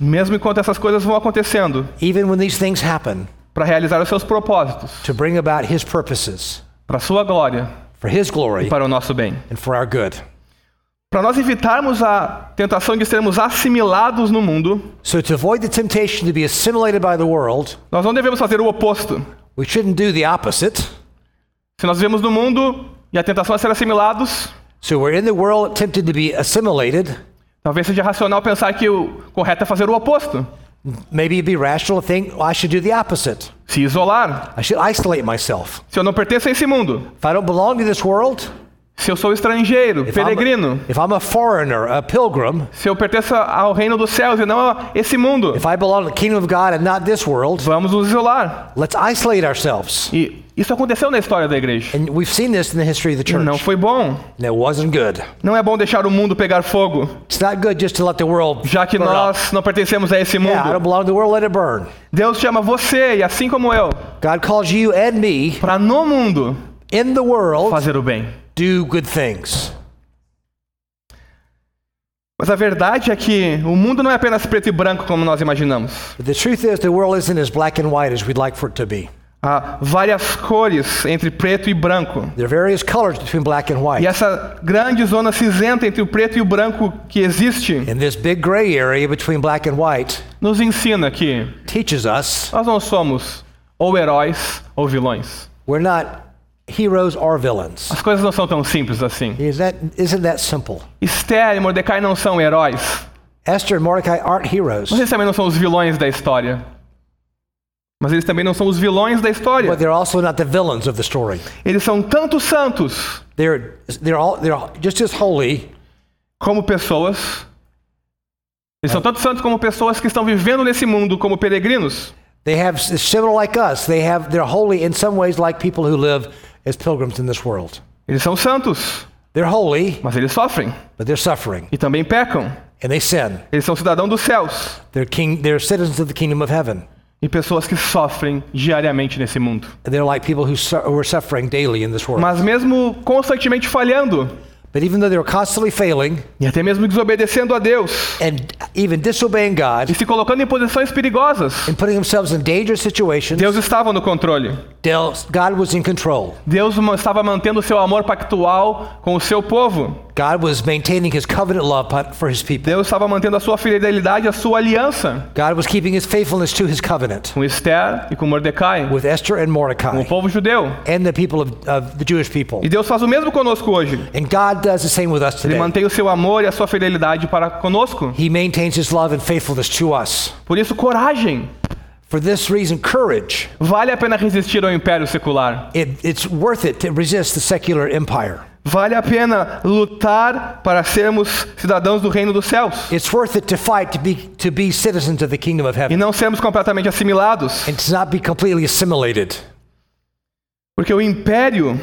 Mesmo enquanto essas coisas vão acontecendo, even when these things happen, para realizar os seus propósitos, to bring about His purposes para a sua glória for His e glory para o nosso bem. and for our good. Para nós evitarmos a tentação de sermos assimilados no mundo, So, to avoid the temptation to be assimilated by the world, nós não devemos fazer o oposto. we shouldn't do the opposite. Se nós vivemos no mundo e a tentação é ser assimilados, So, we're in the world tempted to be assimilated. talvez seja racional pensar que o correto é fazer o oposto. Maybe it'd be rational to think, well, I should do the opposite. Se isolar. I should isolate myself. Se eu não pertenço a esse mundo, If I don't belong to this world, se eu sou estrangeiro, if, I'm, peregrino, a, if I'm a foreigner, a pilgrim, se eu pertenço ao reino dos céus e não a esse mundo, if I belong to the kingdom of God and not this world, vamos nos isolar. let's isolate ourselves. E isso aconteceu na história da igreja. And we've seen this in the history of the E church. não foi bom. And it wasn't good. Não é bom deixar o mundo pegar fogo, It's not good just to let the world já que burn up. nós não pertencemos a esse Yeah, I don't mundo. belong to the world, let it burn. Deus chama você, e assim como eu, God calls you and me para no mundo in the world fazer o bem. do good things. Mas a verdade é que o mundo não é apenas preto e branco como nós imaginamos. But the truth is, the world isn't as black and white as we'd like for it to be. Há várias cores entre preto e branco. There are various colors between black and white. E essa grande zona cinzenta entre o preto e o branco que existe And this big gray area between black and white nos ensina que teaches us nós não somos ou heróis ou vilões. we're not heroes or villains. As coisas não são tão simples assim. Is that, isn't that simple? Esther e Mordecai não são heróis. Esther and Mordecai aren't heroes, Mas eles também não são os vilões da história. Mas eles também não são os vilões da história. but they're also not the villains of the story. Eles são tanto santos They're, they're, all, they're just as holy como pessoas. Eles são tanto santos como pessoas que estão vivendo nesse mundo como peregrinos. They have similar like us. They have they're holy in some ways like people who live as pilgrims in this world. Eles são santos, They're holy, mas eles sofrem but they're suffering e também pecam. and they sin. Eles são cidadãos dos céus They're king they're citizens of the kingdom of heaven. e pessoas que sofrem diariamente nesse mundo. And they're like people who, su- who are suffering daily in this world. Mas mesmo constantemente falhando But even though they're constantly failing e até mesmo desobedecendo a Deus and even disobeying God e se colocando em posições perigosas, and putting themselves in dangerous situations, Deus estava no controle. Del- God was in control. Deus ma- estava mantendo o seu amor pactual com o seu povo. God was maintaining his covenant love put- for his people. Deus estava mantendo a sua fidelidade, a sua aliança God was keeping his faithfulness to his covenant com Esther e com Mordecai, with Esther and com o Mordecai povo judeu. and the people of, of the Jewish people. E Deus faz o mesmo conosco hoje. And God does the same with us Ele today. mantém o seu amor e a sua fidelidade para conosco. He maintains his love and faithfulness to us. Por isso, coragem. For this reason, courage, Vale a pena resistir ao império secular. it, it's worth it to resist the secular empire. Vale a pena lutar para sermos cidadãos do reino dos céus It's worth it to fight to be, to be citizens of the kingdom of e heaven não sermos completamente assimilados. and to not be completely assimilated Porque o império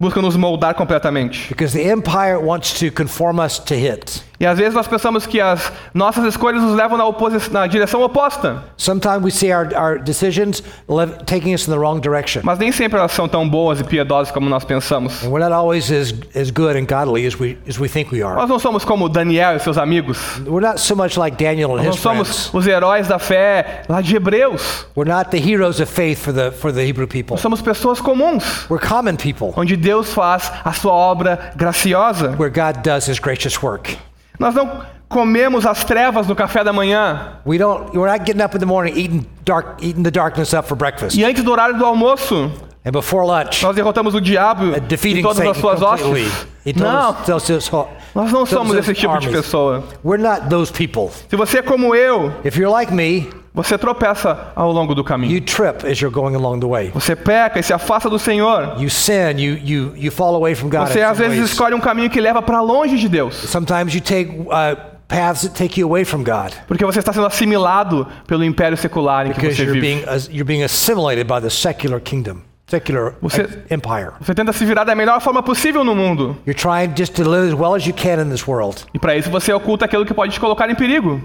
busca nos moldar completamente. because the empire wants to conform us to it. E às vezes nós pensamos que as nossas escolhas nos levam na, oposi- na direção oposta, Sometimes we see our, our decisions lev- taking us in the wrong direction. mas nem sempre elas são tão boas e piedosas como nós pensamos. And we're not always as, as good and godly as we, as we think we are. Nós não somos como Daniel e seus amigos. We're not so much like Daniel and Não his friends. somos os heróis da fé lá de Hebreus. We're not the heroes of faith for the, for the Hebrew people. Somos pessoas comuns, We're common people onde Deus faz a sua obra graciosa. where God does his gracious work. Nós não comemos as trevas no café da manhã We don't, we're not getting up in the morning eating, dark, eating the darkness up for breakfast. e antes do horário do almoço And before lunch, uh, nós derrotamos o diabo em defeating todas Satan as suas completely. hostes. He told Não, us- tells us all- nós não tells somos us esse tipo de armies. pessoa. We're not those people. Se você é como eu, If you're like me, você tropeça ao longo do you caminho. trip as you're going along the way. Você peca e se afasta do Senhor. You sin, you, you, you fall away from God. in Você às some vezes ways. escolhe um caminho que leva para longe de Deus, Sometimes you take uh, paths that take you away from God porque você está sendo assimilado pelo império secular em que because você you're vive. being, as- you're being assimilated by the secular kingdom, secular Você- uh, empire. Você tenta se virar da melhor forma possível no mundo. You're trying just to live as well as you can in this world. E para isso você oculta aquilo que pode te colocar em perigo.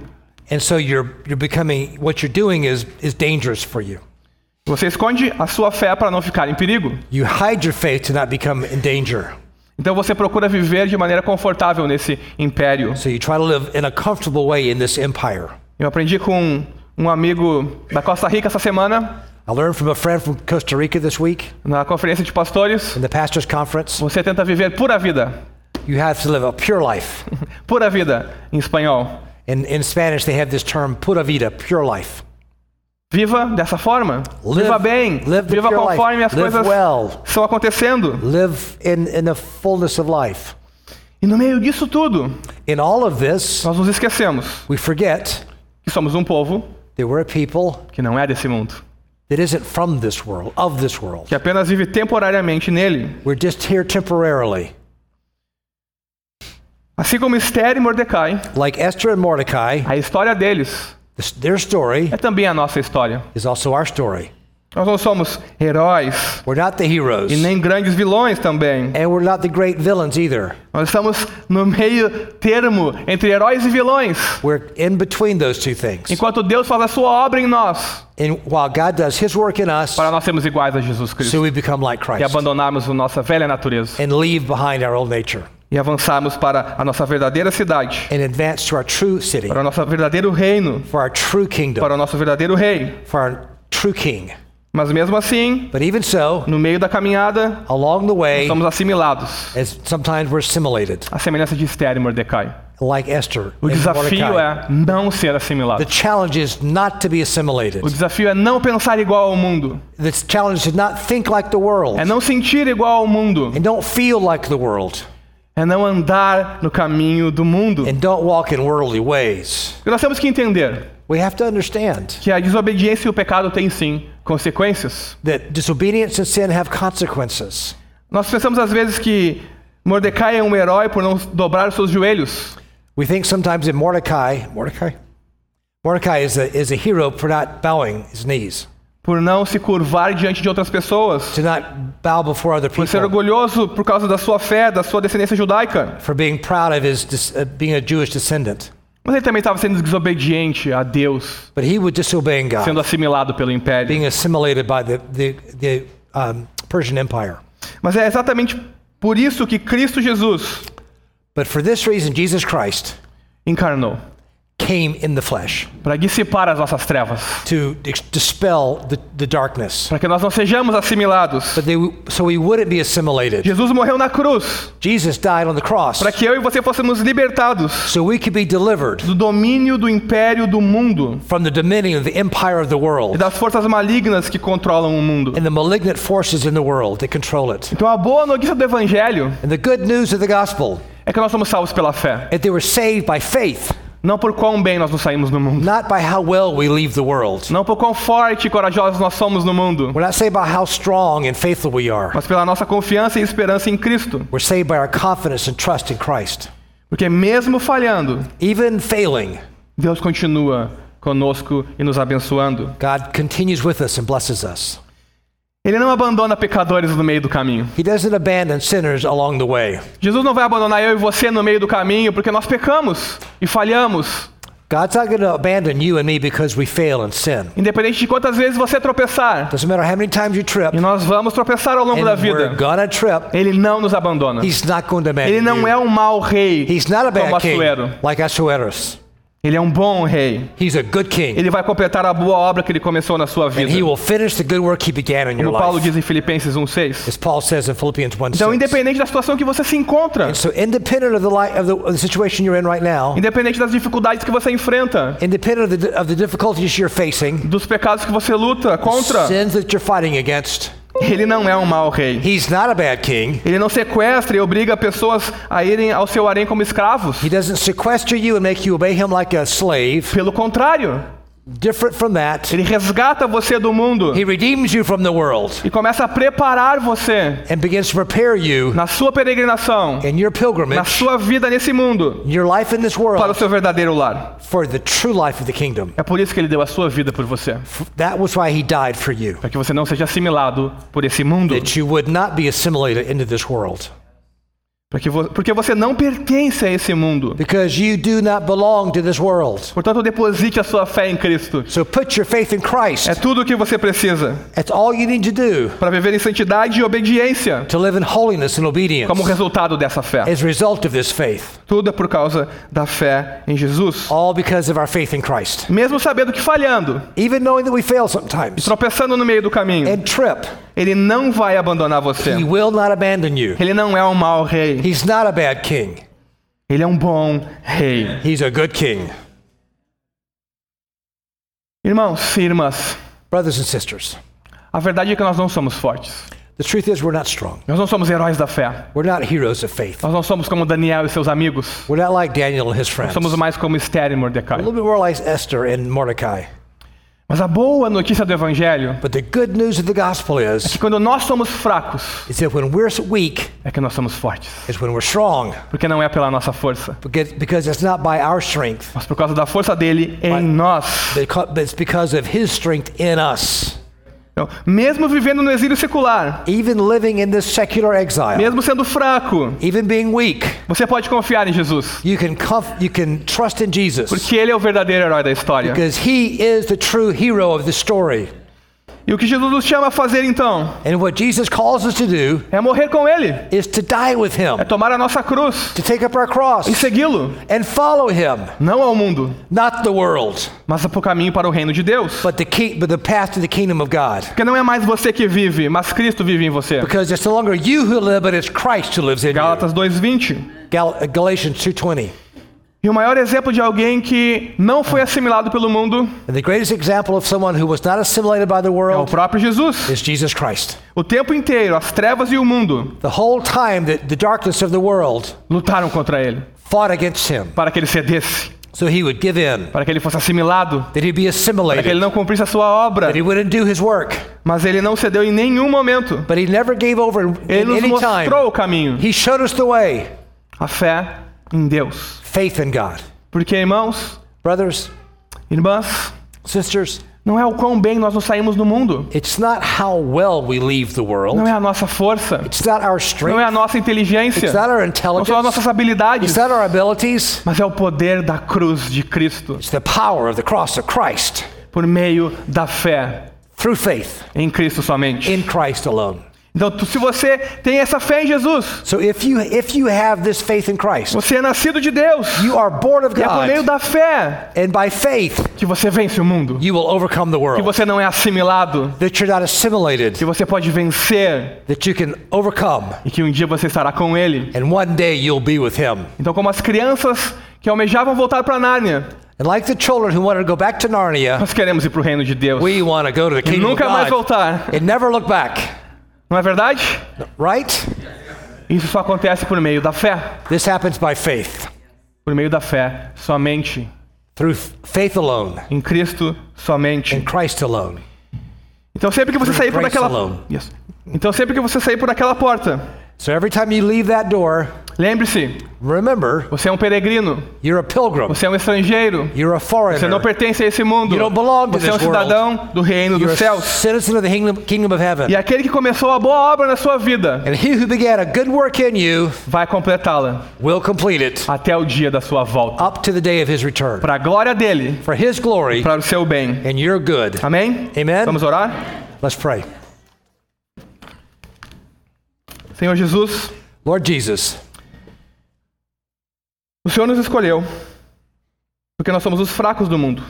And so you're, you're becoming, what you're doing is, is dangerous for you. Você esconde a sua fé para não ficar em perigo. You hide your faith to not become in danger. Então você procura viver de maneira confortável nesse império. So you try to live in a comfortable way in this empire. Eu aprendi com um amigo da Costa Rica essa semana, I learned from a friend from Costa Rica this week na conferência de pastores. in the pastor's conference. Você tenta viver pura vida. You have to live a pure life. Pura vida, em espanhol. In, in Spanish, they have this term pura vida, pure life. Viva dessa forma. Live- viva bem. live the viva pure conforme life. as Live coisas well. estão acontecendo. Live in, in the fullness of life. E no meio disso tudo, In all of this, nós nos esquecemos we forget que somos um povo that we're a people que não é desse mundo, that isn't from this world, of this world. que apenas vive temporariamente nele. We're just here temporarily. Assim como Esther e Mordecai, Like Esther and Mordecai, a história deles this, their story é também a nossa história. is also our story. Nós não somos heróis We're not the e heroes, nem grandes vilões também. and we're not the great villains either. Nós estamos no meio termo entre heróis e vilões. We're in between those two things. Enquanto Deus faz a sua obra em nós, And while God does His work in us, para nós sermos iguais a Jesus so Cristo we become like e Christ abandonarmos a nossa velha natureza and leave behind our old nature e avançarmos para a nossa verdadeira cidade, and advance to our true city, para o nosso verdadeiro reino, for our true para kingdom, o nosso verdadeiro rei. for our true king. Mas mesmo assim, But even so, no meio da caminhada, along the way, somos assimilados as sometimes we're assimilated, à semelhança de Esther e Mordecai. like Esther. O and desafio Mordecai. é não ser The assimilado. challenge is not to be assimilated. O desafio é não pensar igual ao mundo. The challenge is not think like the world É não sentir igual ao mundo. and don't feel like the world É não andar no caminho do mundo. and don't walk in worldly ways. E nós temos que entender We have to understand que a desobediência e o pecado têm sim consequências. that disobedience and sin have consequences. Nós pensamos às vezes que Mordecai é um herói por não dobrar os seus joelhos. We think sometimes that Mordecai, Mordecai, Mordecai is a, is a hero for not bowing his knees, Por não se curvar diante de outras pessoas, to not bow before other por ser people, orgulhoso por causa da sua fé, da sua descendência judaica. for being proud of his dis- uh, being a Jewish descendant. Mas ele também estava sendo desobediente a Deus, But he was disobeying sendo God, assimilado pelo império. being assimilated by the the, the um, Persian Empire. Mas é exatamente por isso que Cristo Jesus But for this reason, Jesus Christ encarnou. came in the flesh para dissipar as nossas trevas, to dis- dispel the, the darkness. para que nós não sejamos assimilados. But they, so we wouldn't be assimilated. Jesus morreu na cruz Jesus died on the cross para que eu e você fôssemos libertados so we could be delivered do domínio do império do mundo from the dominion of the empire of the e world das forças malignas que controlam o mundo. and the malignant forces in the world that control it. Então a boa notícia do evangelho And the good news of the gospel é que nós somos salvos pela fé, that they were saved by faith, não por quão bem nós nos saímos do mundo, not by how well we leave the world. não por quão forte e corajosos nós somos no mundo, We're not saved by how strong and faithful we are. mas pela nossa confiança e esperança em Cristo. We're saved by our confidence and trust in Christ. Porque mesmo falhando, Even failing, Deus continua conosco e nos abençoando. God continues with us and blesses us. Ele não abandona pecadores no meio do caminho. He doesn't abandon sinners along the way. Jesus não vai abandonar eu e você no meio do caminho porque nós pecamos e falhamos. God's not going to abandon you and me because we fail and sin. Independente de quantas vezes você tropeçar, Doesn't matter how many times you trip, e nós vamos tropeçar ao longo da and we're vida, gonna trip. ele não nos abandona. He's not going to Ele abandon não you. é um mau rei He's not a como bad king Assuero. like Assuerus. Ele é um bom rei. He's a good king, Ele vai completar a boa obra que ele começou na sua vida. and he will finish the good work he began in your Como Paulo life, diz em Filipenses 1:6. as Paul says in Philippians 1 Então, 6. independente da situação que você se encontra, So independent of the, li- of, the, of the situation you're in right now, independente das dificuldades que você enfrenta, independent of the, of the difficulties you're facing, dos pecados que você luta contra, sins that you're fighting against, ele não é um mau rei. he's not a bad king. Ele não sequestra e obriga pessoas a irem ao seu harém como escravos. He doesn't sequester you and make you obey him like a slave. Pelo contrário, Different from that, ele resgata você do mundo he redeems you from the world e começa a preparar você and begins to prepare you na sua peregrinação, in your na pilgrimage, sua vida nesse mundo, your life in this para o world, seu verdadeiro lar. for the true life of the kingdom. É por isso que ele deu a sua vida por você, That was why he died for you, para que você não seja assimilado por esse mundo, that you would not be assimilated into this world. para que vo- porque você não pertence a esse mundo. Because you do not belong to this world. Portanto, deposite a sua fé em Cristo. So put your faith in É Christ. tudo o que você precisa That's all you need to do para viver em santidade e obediência to live in holiness and como obedience resultado dessa fé. as a result of this faith. Tudo é por causa da fé em Jesus. All because of our faith in Christ. Mesmo sabendo que falhando, Even knowing that we fail sometimes tropeçando no meio do caminho, and trip, ele não vai abandonar você. he will not abandon you. Ele não é um mau rei, He's not a bad king, ele é um bom rei. he's a good king. Irmãos e irmãs, Brothers and sisters, a verdade é que nós não somos fortes. the truth is we're not strong. Nós não somos heróis da fé. We're not heroes of faith. Nós não somos como Daniel e seus amigos. We're not like Daniel and his friends. Somos A mais como Esther e Mordecai. little bit more like Esther and Mordecai. Mas a boa notícia do evangelho But the good news of the gospel é que is, quando nós somos fracos, is that when we're weak é que nós somos fortes. is when we're strong. Porque não é pela nossa força, Because, because it's not by our strength, mas por causa da força dele em nós. Beca- but it's because of His strength in us. Então, mesmo vivendo no exílio secular, Even living in this secular exile, mesmo sendo fraco, even being weak, você pode confiar em Jesus, you can comf- you can trust in Jesus porque ele é o verdadeiro herói da história. because He is the true hero of the story. E o que Jesus nos chama a fazer então And what Jesus calls us to do é morrer com ele, is to die with Him, é tomar a nossa cruz to take up our e cross segui-lo, and follow Him, não ao mundo, not the world, mas para o caminho para o reino de Deus. but the key- but the path to the kingdom of God. Porque não é mais você que vive, mas Cristo vive em você. Because it's no longer you who live, but it's Christ who lives in you. Gálatas 2:20. Gal- Galatians two twenty. E o maior exemplo de alguém que não foi assimilado pelo mundo And the greatest example of someone who was not assimilated by the é o world próprio Jesus. is Jesus Christ. O tempo inteiro, as trevas e o mundo The whole time that the darkness of the world lutaram contra ele fought against him, para que ele cedesse, so he would give in, para que ele fosse assimilado, that he'd be para que ele assimilated, não cumprisse a sua obra. that he wouldn't do his work. Mas ele não cedeu em nenhum momento. But he never gave over in Ele nos any mostrou time. o caminho. He showed us the way A fé em Deus. faith in God. Porque, irmãos, Brothers, irmãs, sisters, não é o quão bem nós nos saímos do mundo. it's not how well we leave the Não é world, a nossa força. it's not our Não é strength, a nossa inteligência. it's not our Não são as intelligence, nossas habilidades. it's not our abilities, Mas é o poder da cruz de Cristo. it's the power of the cross of Christ Por meio da fé through faith em Cristo somente. in Christ alone. Então, tu- se você tem essa fé em Jesus, So if you if you have this faith in Christ, você é nascido de Deus. you are born of E é por meio God, da fé and by faith que você vence o mundo. you will overcome the Que world. você não é assimilado. That you're not assimilated. Que você pode vencer. That you can overcome, E que um dia você estará com ele. and one day you'll be with Him. Então, como as crianças que almejavam voltar para Nárnia, And like the children who wanted to go back to Narnia, nós queremos ir para o reino de Deus. we want to go to the E kingdom of nunca mais God voltar. and never look back. Não é verdade? Right? Isso só acontece por meio da fé. This happens by faith, Por meio da fé somente. through f- faith alone, Em Cristo somente. in Christ alone. Então sempre que você Through sair por grace aquela alone. Yes. Então sempre que você sair por aquela porta, So every time you leave that door, lembre-se, remember você é um peregrino, you're a pilgrim, você é um estrangeiro, you're a você foreigner, não pertence a esse mundo. You don't belong to Você é um this world. cidadão do reino you're dos a céus. citizen of the kingdom, kingdom of heaven. E aquele que começou a boa obra na sua vida And he who began a good work in you vai completá-la will complete it até o dia da sua volta, up to the day of his return para a glória dele, for his glory para o seu bem. and your good. Amém? Amen. Vamos orar? Let's pray. Senhor Jesus, Lord Jesus, o Senhor nos escolheu porque nós somos os fracos do mundo.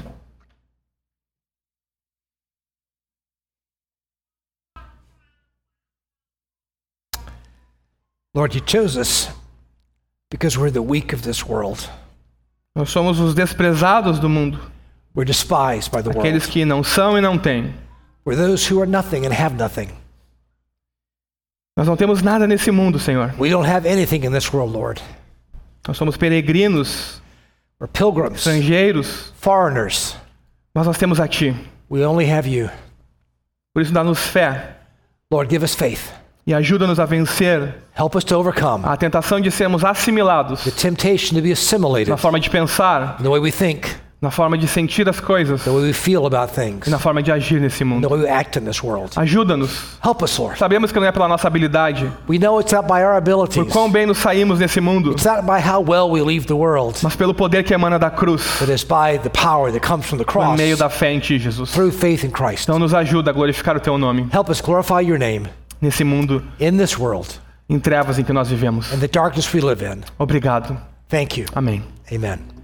Lord, you chose us because we're the weak of this world. Nós somos os desprezados do mundo, We're despised by the world. aqueles que não são e não têm. We're those who are nothing and have nothing. Nós não temos nada nesse mundo, Senhor. We don't have anything in this world, Lord. Nós somos peregrinos, We're pilgrims, estrangeiros, foreigners. mas nós temos a Ti. We only have you. Por isso, dá-nos fé Lord, give us faith. e ajuda-nos a vencer Help us to overcome a tentação de sermos assimilados the temptation to be assimilated na forma de pensar, in the way we think, na forma de sentir as coisas the way we feel about things, e na forma de agir nesse the mundo. way we act in this world. Ajuda-nos. Help us, Lord. Sabemos que não é pela nossa habilidade, We know it's not by our por abilities, quão bem nos saímos desse mundo, it's not by how well we leave the world, mas pelo poder que emana da cruz, but it's by the power that comes from the por cross meio da fé em Ti, Jesus. through faith in Christ. Então, nos ajuda a glorificar o Teu nome Help us glorify your name nesse mundo in this world, em trevas em que nós vivemos. in the darkness we live in. Obrigado. Thank you. Amém. Amen.